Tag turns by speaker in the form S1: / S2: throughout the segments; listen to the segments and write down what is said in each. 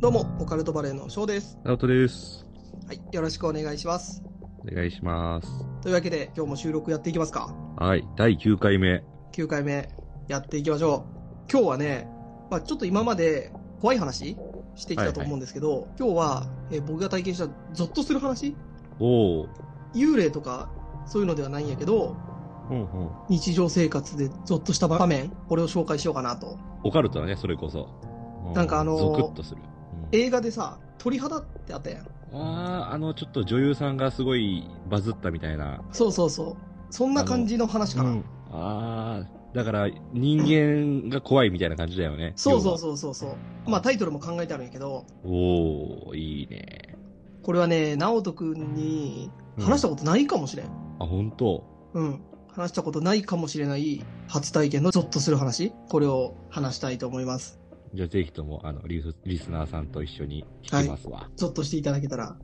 S1: どうも、オカルトバレーの翔です。
S2: 直人です。
S1: はい、よろしくお願いします。
S2: お願いします。
S1: というわけで、今日も収録やっていきますか。
S2: はい、第9回目。
S1: 9回目、やっていきましょう。今日はね、まあ、ちょっと今まで怖い話してきたと思うんですけど、今日は、えー僕が体験したゾッとする話
S2: おお。
S1: 幽霊とか、そういうのではないんやけど、
S2: うんうん。
S1: 日常生活でゾッとした場面、これを紹介しようかなと。
S2: オカルトだね、それこそ。う
S1: なんかあのー
S2: ゾクッとする。うん
S1: 映画でさ、鳥肌ってあったやん。
S2: ああ、あの、ちょっと女優さんがすごいバズったみたいな。
S1: そうそうそう。そんな感じの話かな。
S2: うんああ、だから人間が怖いみたいな感じだよね。
S1: そうそうそうそうそう。まあタイトルも考えてあるんやけど、
S2: う。おお、いいね。
S1: これはね、直人くんに
S2: うん
S1: 話したことないかもしれん。
S2: あ、本当。
S1: うん。話したことないかもしれない初体験のゾッとする話。これを話したいと思います。
S2: じゃあぜひとも、あのリス、リスナーさんと一緒に聞きますわ。
S1: ゾッとしていただけたら。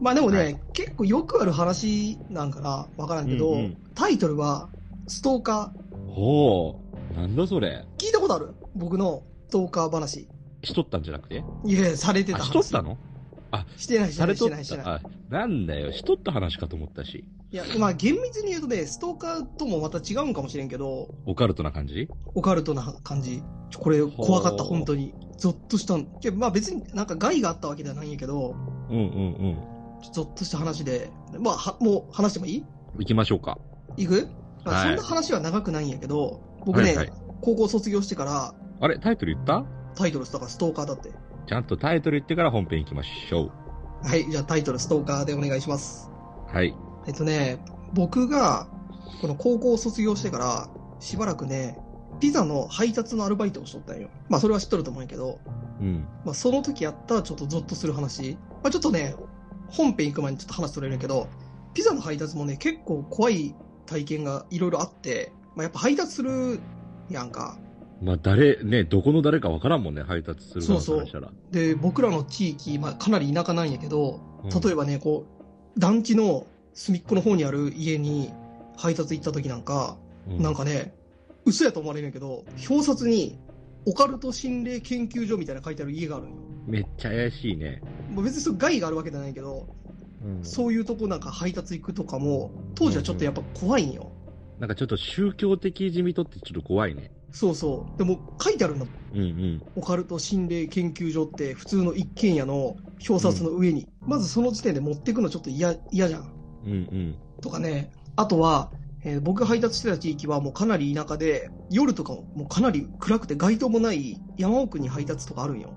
S1: まあでもね、
S2: はい
S1: 結構よくある話なんかなわからんけど、
S2: うんうん
S1: タイトルは、ストーカー。
S2: おお、なんだそれ。
S1: 聞いたことある僕のストーカー話。
S2: しとったんじゃなくて
S1: いやいや、されてた
S2: あ、
S1: 話。
S2: しとったの
S1: してない、して
S2: さ
S1: な
S2: れ
S1: い、し
S2: と
S1: て
S2: っ
S1: ない、してない。
S2: た。あ、なんだよ、しとった話かと思ったし。
S1: いや、まあ厳密に言うとね、ストーカーともまた違うんかもしれんけど、
S2: オカルトな感じ
S1: オカルトな感じ。ちょこれ怖かった、
S2: ほう
S1: 本当に。ゾッとしたん。いやまあ別になんか害があったわけではないんやけど、
S2: うんうん
S1: ちょっとゾッとした話で、まあ、はもう話してもいい
S2: うん。行きましょうか。
S1: いく、まあ
S2: は
S1: そ
S2: い
S1: んな話は長くないんやけど、僕ね、
S2: はいはい
S1: 高校卒業してから
S2: あれ、タイトル言った
S1: タイトルしたからストーカーだって。
S2: ちゃんとタイトル言ってから本編行きましょう。
S1: はい、じゃあタイトルストーカーでお願いします。
S2: はい。
S1: えっとね、僕が、この高校を卒業してから、しばらくね、ピザの配達のアルバイトをしとったんよ。まあそれは知っとると思うんやけど、
S2: うん。
S1: まあその時やったちょっとゾッとする話。まあちょっとね、本編行く前にちょっと話取れるんやけど、ピザの配達もね、結構怖い体験がいろいろあって、まあやっぱ配達するやんか。
S2: まあ、誰、ね、どこの誰かわからんもんね、配達する側
S1: そうそう
S2: からしたら。
S1: で、僕らの地域、まあかなり田舎なんやけど、例え
S2: ば。
S1: ばね、こう、団地の隅っこの方にある家に配達行った時なんか、
S2: う
S1: なんかね、嘘やと思われるんやけど、表札に、オカルト心霊研究所みたいな書いてある家があるんよ。
S2: めっちゃ怪しいね。
S1: まあ別にそう害があるわけじゃないけど、
S2: うん
S1: そういうとこなんか配達行くとかも、当時はちょっとやっぱ怖いんよ。
S2: なんかちょっと宗教的地味とってちょっと怖いね。
S1: そうそう。でも書いてあるんだ。
S2: うんうん。
S1: オカルト心霊研究所って普通の一軒家の表札の上に。まずその時点で持ってくのちょっと嫌、嫌じゃん。
S2: うんうん。
S1: とかね。あとは、えー僕が配達してた地域はもうかなり田舎で、夜とかももうかなり暗くて街灯もない山奥に配達とかあるんよ。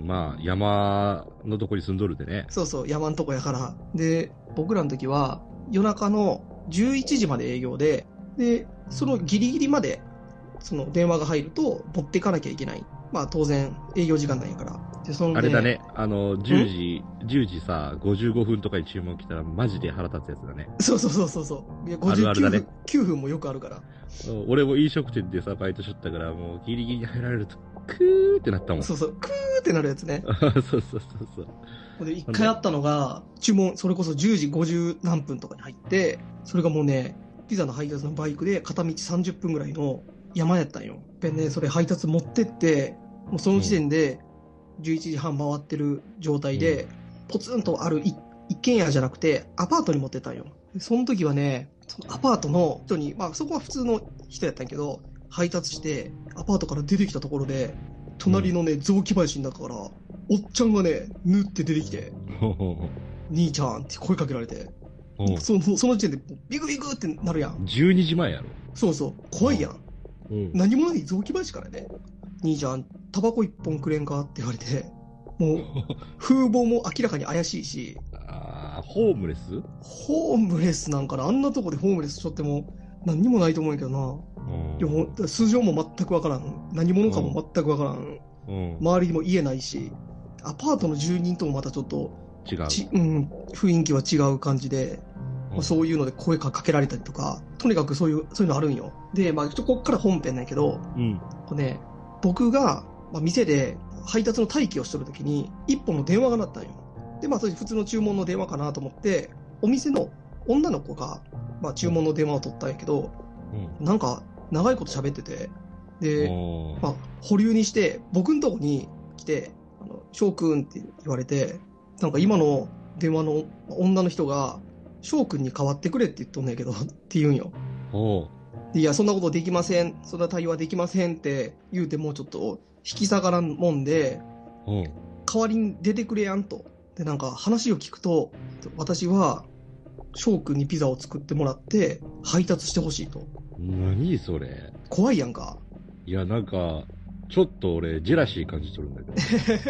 S2: うん、まあ、山のとこに住んどるでね。
S1: そうそう、山んとこやから。で、僕らの時は、夜中の11時まで営業で、で、そのギリギリまで、その電話が入ると、持ってかなきゃいけない。まあ当然、営業時間なんやから。で、その、
S2: あれだ。ね、あの、10時、10時さ、55分とかに注文来たらマジで腹立つやつだね。
S1: そうそうそうそうそう。いや59
S2: あるあるだね
S1: 分、9分もよくあるから。
S2: うん俺も飲食店でさ、バイトしとったから、もうギリギリに入られると、クーってなったもん。
S1: そ
S2: そう
S1: そう、クーってなるやつね。
S2: う そうそうそうそう。
S1: で、一回あったのが、注文、それこそ10時50何分とかに入って、それがもうね、ピザの配達のバイクで片道30分ぐらいの山やったんよ。でね、それ配達持ってって、もうその時点で11時半回ってる状態で、ポツンとあるい一軒家じゃなくて、アパートに持ってったんよ。でその時はね、そのアパートの人に、まあそこは普通の人やったんやけど、配達して、アパートから出てきたところで、隣のね、雑木林の中から、おっちゃんがね、ぬって出てきて、
S2: ほうほうほ
S1: 兄ちゃんって声かけられて、
S2: うほう
S1: そのその時点でビクビクってなるやん。
S2: 12時前やろ。
S1: そうそう、怖いやん。
S2: うん。
S1: 何もない雑木林からね、兄ちゃん、タバコ一本くれんかって言われて、 もう、風貌も明らかに怪しいし、
S2: あーホームレス
S1: ホームレスなんかな、あんなとこでホームレスしとっても、何にもないと思うんやけどな。
S2: うん。
S1: でも、素性も全くわからん。何者かも全くわからん。
S2: うん。
S1: 周りにも家ないし、アパートの住人ともまたちょっと、
S2: 違う。
S1: ちうん、雰囲気は違う感じで、まあ、そういうので声かけられたりとか、とにかくそういう、そういうのあるんよ。で、まあ、ちょっとこっから本編なんやけど、
S2: うん。
S1: これね、僕が、まあ、店で配達の待機をしてるときに、一本の電話が鳴ったんよ。で、まあ、それ普通の注文の電話かなと思って、お店の女の子が、まあ、注文の電話を取ったんやけど、
S2: うん。
S1: なんか、長いこと喋ってて、
S2: う
S1: で、
S2: ん。
S1: まあ、保留にして、僕のとこに来て、あの、翔くんって言われて、なんか今の電話の女の人が、翔くんに代わってくれって言っとんねんけど、って言うんよ。
S2: おう
S1: でいや、そんなことできません。そんな対話できませんって言うて、もうちょっと引き下がらんもんで、
S2: うん。
S1: 代わりに出てくれやんと。で、なんか話を聞くと、私は、翔くんにピザを作ってもらって、配達してほしいと。
S2: 何それ。
S1: 怖いやんか。
S2: いや、なんか、ちょっと俺、ジェラシー感じとるんだけど。い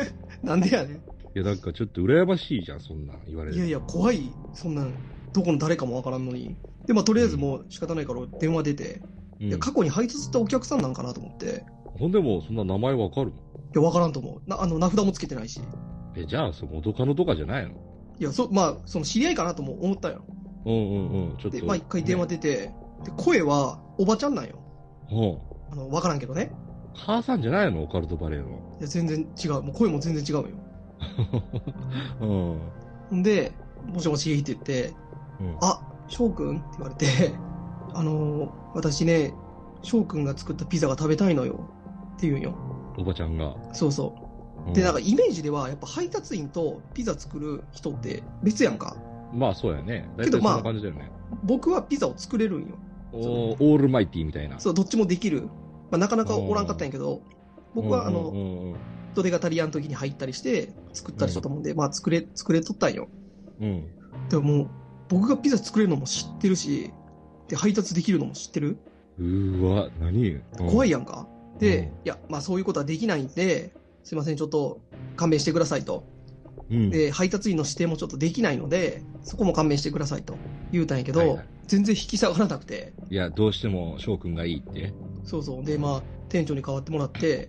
S1: なんでやねん。
S2: や、なんかちょっと羨ましいじゃん、そんなん言われる。
S1: いやいや、怖い、そんなん、どこの誰かもわからんのに。で、まあ、とりあえずもう仕方ないから電話出て、
S2: うん
S1: いや過去に配達したお客さんなんかなと思って、
S2: ほんでも、そんな名前わかる
S1: い
S2: の
S1: や、わからんと思う。なあの、名札もつけてないし。
S2: え、じゃあ、その元カノとかじゃないの
S1: いや、そ、まあ、その知り合いかなとも思ったよ。
S2: うんうんうん。ちょっ
S1: で、
S2: と。
S1: まあ、一回電話出て、で、声はおばちゃんなんよ。
S2: うん。
S1: あの、わからんけどね。
S2: 母さんじゃないのオカルトバレーの。
S1: いや、全然違う。もう声も全然違うよ。
S2: うん。
S1: んで、もしもしって言って、
S2: うん。
S1: あ、翔くんって言われて、あのー私ね、翔くんが作ったピザが食べたいのよ。って言うんよ。
S2: おばちゃんが。
S1: そうそう。
S2: う
S1: で、なんかイメージでは、やっぱ配達員とピザ作る人って別やんか。
S2: まあそうやね。大
S1: け
S2: 体そ
S1: ど
S2: ん
S1: まあ
S2: な感じだよね。
S1: 僕はピザを作れるんよ。
S2: おーオールマイティーみたいな。
S1: そう、どっちもできる。まあ、なかなかおらんかったんやけど、僕はあ
S2: うん
S1: の、
S2: うんうん
S1: 人手が足りやん時に入ったりして、作ったりしたと思うんで、まあ作れ、作れとったんよ。
S2: うん。
S1: でももう、僕がピザ作れるのも知ってるし、で、配達できるのも知ってる
S2: うん。うーわ、何
S1: 怖い
S2: や。
S1: やんか。で、
S2: うん
S1: いや、まあそういうことはできないんで、すいません、ちょっと勘弁してくださいと。
S2: うん。
S1: で、配達員の指定もちょっとできないので、そこも勘弁してくださいと言うたんやけど、
S2: はいはい
S1: 全然引き下がらなくて、
S2: いや、どうしても翔くんがいいって。
S1: そうそう。で、まあ、店長に代わってもらって、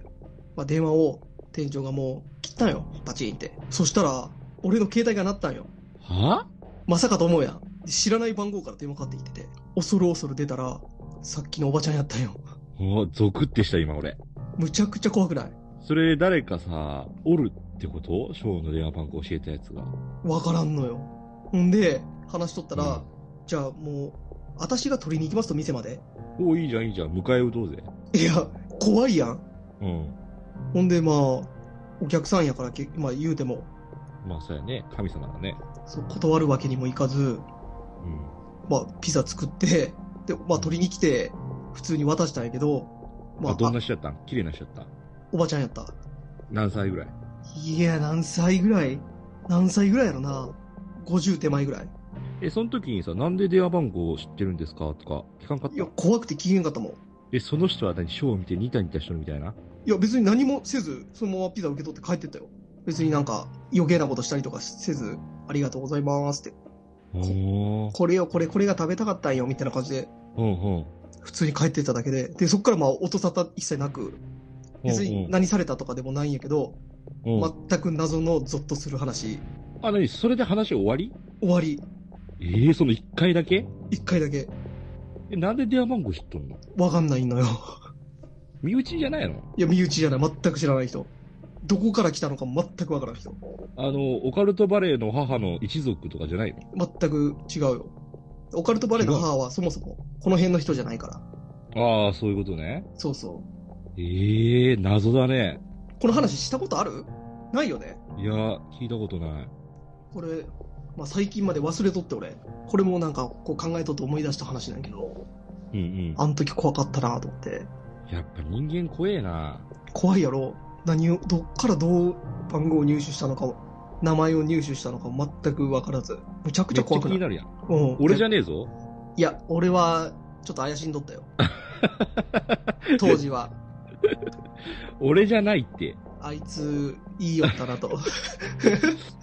S1: まあ、電話を店長がもう切ったんよ。パチンって。そしたら、俺の携帯が鳴ったんよ。
S2: は
S1: まさかと思うやん。で知らない番号から電話かかってきてて、恐る恐る出たら、さっきのおばちゃんやったんよ。
S2: おゾクってした、今俺。
S1: むちゃくちゃ怖くない
S2: それ、誰かさ、おるってこと翔の電話番号教えたやつが。
S1: わからんのよ。ほんで、話しとったら、
S2: うん
S1: じゃあもう、私が取りに行きますと店まで。
S2: おいいじゃん、いいじゃん。迎え撃とうぜ。
S1: いや、怖いやん。
S2: うん。
S1: ほんで、まあ、お客さんやからけ、まあ、言うても、
S2: まあ、そうやね。神様だね。
S1: そう断るわけにもいかず、
S2: うん。
S1: まあ、ピザ作って、で、まあ、取りに来て、普通に渡したんやけど、ま
S2: あ、
S1: あ、
S2: どん
S1: あ
S2: な人やったん綺麗な人やった
S1: おばちゃんやった。
S2: 何歳ぐらい
S1: いや、何歳ぐらい何歳ぐらいやろな。50手前ぐらい。
S2: え、その時にさ、なんで電話番号を知ってるんですかとか、聞かんかっ
S1: いや
S2: た、
S1: 怖くて聞けんかったもん。
S2: え、その人は何ショーを見てニタニタしとるみたいない
S1: や、別に何もせず、そのままピザ受け取って帰ってったよ。別になんか、余計なことしたりとかせず、ありがとうございますって。
S2: おー。
S1: これよ、これ、これが食べたかったんよ、みたいな感じで、
S2: うんうん。
S1: 普通に帰ってっただけで。で、そっからまあ、音沙汰一切なく、別に何されたとかでもないんやけど、
S2: うんうんうん
S1: 全く謎のゾッとする話。
S2: あ、何それで話終わり
S1: 終わり。
S2: ええその一回だけ
S1: 一回だけ。
S2: え、なんで電話番号知っとんの
S1: わかんないのよ。
S2: 身内じゃないの
S1: いや、身内じゃない。全く知らない人。どこから来たのかも全くわからん人。
S2: あの、オカルトバレーの母の一族とかじゃないの
S1: 全く違うよ。オカルトバレーの母はそもそもこの辺の人じゃないから。
S2: ああ、そういうことね。
S1: そうそう。
S2: ええ謎だね。
S1: この話したことあるないよね。
S2: いや、聞いたことない。
S1: これ、まあ、最近まで忘れとって俺。これもなんかこう考えとって思い出した話なんやけど、
S2: うんうん。
S1: あの時怖かったなと思って。
S2: やっぱ人間怖えな。
S1: 怖いやろ。何を、どっからどう番号を入手したのかも、名前を入手したのかも全くわからず。むちゃくち
S2: め
S1: ゃ
S2: っちゃ
S1: 怖
S2: 気
S1: く
S2: に
S1: ない
S2: なるやん。
S1: うん
S2: 俺じゃねえぞ。
S1: いや、俺は、ちょっと怪しんどった よ。当時は。
S2: 俺じゃないって。
S1: あいつ、いいよったな と。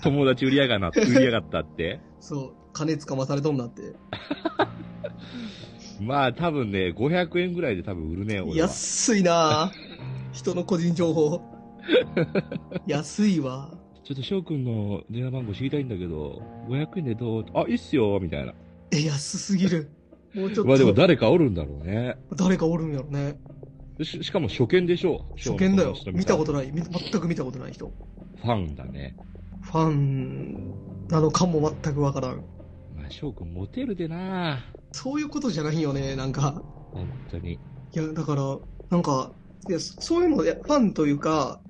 S2: 友達売りや がな、売りやがったって。
S1: そう、金つかまされとんなって。
S2: まあ多分ね、500円ぐらいで多分売るね、俺は。
S1: 安いなぁ人の個人情 報。安いわ。
S2: ちょっと翔くんの電話番号知りたいんだけど、500円でどうあ、いいっすよ、みたいな。
S1: え、安すぎる。もうちょっと。
S2: まあでも誰かおるんだろうね。
S1: 誰かおるんやろね。
S2: ししかも初見でしょ
S1: 初見だよ。見たこと
S2: ない。
S1: ない。み全く見たことない人。
S2: ファンだね。
S1: ファンなのかも全くわからん。
S2: まあ翔くんモテるでな
S1: そういうことじゃないよね、なんか。
S2: 本当に。
S1: いや、だから、なんか、いやそそういうの、いやファンというか、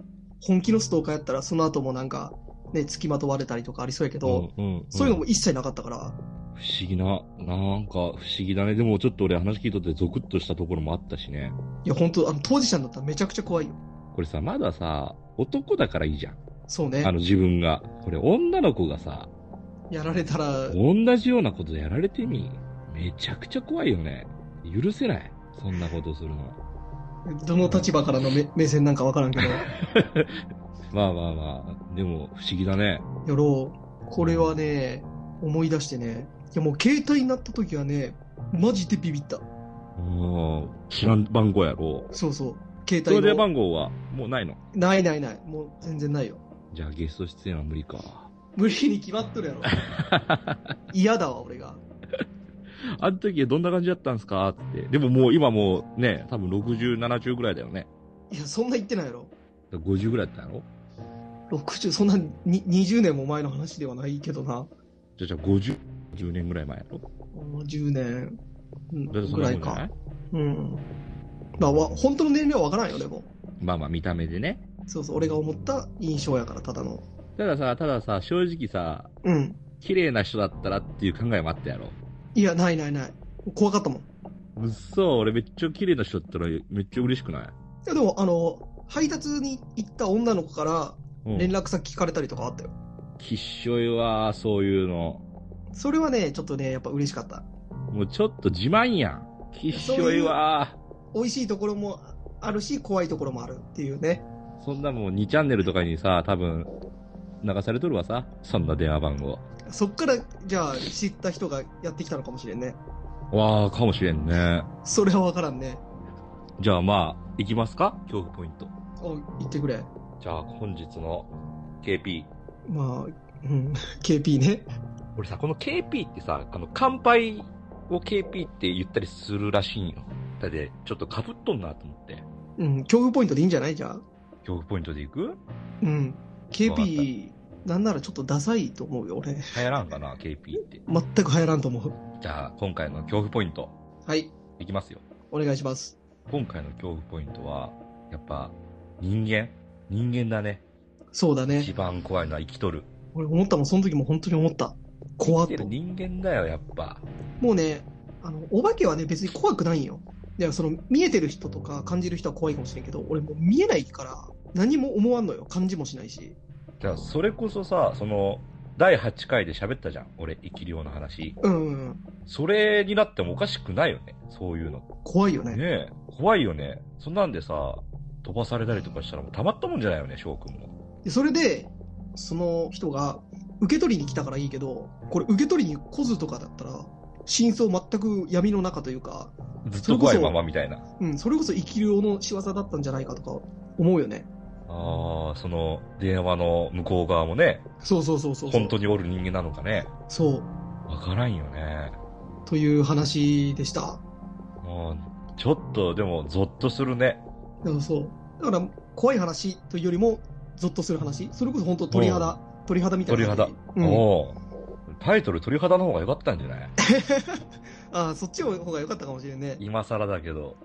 S1: 本気のストーカーやったら、その後もなんか、ね、付きまとわれたりとかありそうやけど、
S2: うんうんん
S1: そういうのも一切なかったから、
S2: 不思議な、なんか不思議だね。でもちょっと俺話聞いとってゾクッとしたところもあったしね。
S1: いや、本当あの、当事者になったらめちゃくちゃ怖いよ。
S2: これさ、まださ、男だからいいじゃん。
S1: そうね
S2: あ。の自分が。これ女の子がさ、
S1: やられたら、
S2: 同じようなことやられてみ。めちゃくちゃ怖いよね。許せない。そんなことするの。
S1: どの立場からの 目目線なんかわからんけど、
S2: まあまあまあ、でも不思議だね。
S1: やろう。これはね、思い出してね、いや、もう携帯になった時はね、マジでビビった。
S2: うん。知らん番号やろ。
S1: そうそう。携
S2: そ
S1: 帯
S2: れ
S1: の
S2: 番号はもうないの
S1: ないないない。もう全然ないよ。
S2: じゃあゲスト出演は無理か。
S1: 無理に決まっとるや ろ。嫌だわ、俺が。
S2: あの時どんな感じだったんすかって。でももう今もうね、多分60、70ぐらいだよね。
S1: いや、そんな言ってないやろ。
S2: 50ぐらいだったの
S1: 60、そんなに20年も前の話ではないけどな。
S2: じゃあじゃあ50、10年ぐらい前やろ
S1: 10年うん
S2: だってそ
S1: ぐ
S2: んな
S1: ら
S2: もん
S1: い
S2: じゃな
S1: か。
S2: い
S1: うん。まあ、わ本当の年齢はわからんよ、でも。
S2: まあまあ見た目でね。
S1: そうそう、俺が思った印象やから、ただの。
S2: たださ、たださ、正直さ、
S1: うん。
S2: 綺麗な人だったらっていう考えもあったやろ。
S1: いや、ないないない。怖かったもん。いう
S2: っそ、俺めっちゃ綺麗な人だったらめっちゃ嬉しくない
S1: や、でも、あの、配達に行った女の子から
S2: うん。
S1: 連絡先聞かれたりとかあったよ。
S2: きっしょいわ、そういうの。
S1: それはね、ちょっとね、やっぱ嬉しかった。
S2: もうちょっと自慢やん。きっしょいわ。
S1: 美味しいところもあるし、怖いところもあるっていうね。
S2: そんなもん2チャンネルとかにさ、多分、流されとるわさ。そんな電話番号。
S1: そっから、じゃあ、知った人がやってきたのかもしれんね。
S2: わあ、かもしれんね。
S1: それはわからんね。
S2: じゃあまあ、行きますか恐怖ポイント。
S1: お、言ってくれ。
S2: じゃあ本日の KP。
S1: まあ、うん、KP ね。
S2: 俺さ、この KP ってさ、あの、乾杯を KP って言ったりするらしいんよ。だって、ちょっと被っとんなと思って。
S1: うん、恐怖ポイントでいいんじゃないじゃあ。
S2: 恐怖ポイントで行く
S1: うん。
S2: わかっ
S1: KP、なんならちょっとダサいと思うよ、俺。
S2: 流行らんかな ?KP って。
S1: 全く流行らんと思う。
S2: じゃあ、今回の恐怖ポイント、
S1: はい、
S2: いきますよ。
S1: お願いします。
S2: 今回の恐怖ポイントは、やっぱ、人間人間だね。
S1: そうだね
S2: 一。番怖いのは生きとる。
S1: 俺思ったもん、その時も本当に思った。怖
S2: 生
S1: っ
S2: き
S1: と
S2: てる。人間だよ、やっぱ。
S1: もうね、あの、お化けはね、別に怖くないんよ。いや、その、見えてる人とか感じる人は怖いかもしれんけど、俺もう見えないから、何も思わんのよ。感じもしないし。
S2: じゃあ、それこそさ、その、第8回で喋ったじゃん。俺、生き量の話。
S1: うんうんうん。
S2: それになってもおかしくないよね。そういうの。
S1: 怖いよね。
S2: ねえ、怖いよね。そんなんでさ、飛ばされたりとかしたらもうたまったもんじゃないよね、翔くんも。
S1: でそれで、その人が、受け取りに来たからいいけど、これ受け取りに来ずとかだったら、真相全く闇の中というか、
S2: ずっと怖い
S1: それこ
S2: ま
S1: そ
S2: まみたいな。
S1: うん、それこそ生きるの仕業だったんじゃないかとか思うよね。
S2: ああ、その、電話の向こう側もね、
S1: そうそうそうそうそう。
S2: 本当におる人間なのかね。
S1: そう。
S2: わからんよね。
S1: という話でした。
S2: うんちょっと、でも、ゾッとするね。
S1: だからそう。だから、怖い話というよりも、ゾッとする話。それこそ本当鳥
S2: う
S1: 肌、鳥肌みたいな感じ。うん。
S2: おうタイトル鳥肌の方が良かったんじゃない
S1: ああ、そっちの方が良かったかもしれんね。
S2: 今更だけど。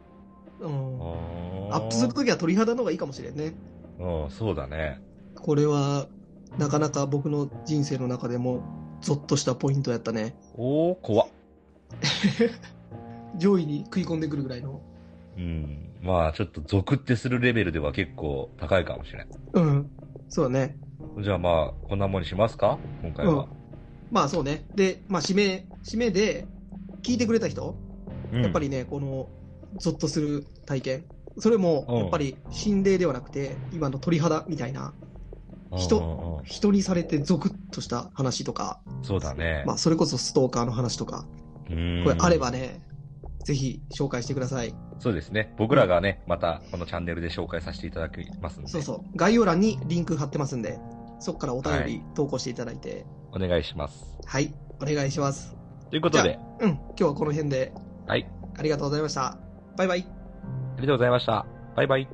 S1: うん。ア
S2: ア
S1: ップするときは鳥肌の方がいいかもしれんね。
S2: うん、そうだね。
S1: これは、なかなか僕の人生の中でも、ゾッとしたポイントやったね。
S2: おー、怖っ
S1: 上位に食い込んでくるぐらいの。
S2: うん。まあ、ちょっとゾクってするレベルでは結構高いかもしれん。
S1: うん。そうだね。
S2: じゃあまあ、こんなもんにしますか今回は。
S1: まあそうね。で、まあ指名、指名で、聞いてくれた人、やっぱり
S2: り。
S1: ね、この、ゾッとする体験。それも、やっぱり心霊ではなくて、今の鳥肌みたいな、人
S2: うんうんうん
S1: 人にされてゾクッとした話とか、
S2: そうだね。
S1: まあそれこそストーカーの話とか、
S2: うん
S1: これあればね、ぜひ紹介してください。
S2: そうですね。僕らがね、またこのチャンネルで紹介させていただきますので、
S1: そうそう。概要欄にリンク貼ってますんで、そこからお便り投稿していただいて、
S2: お願いします。
S1: はい、お願いします。
S2: ということ
S1: じ
S2: で、
S1: うん、今日はこの辺で
S2: はい。
S1: ありがとうございました。バイバイ。
S2: ありがとうございました。バイバイ。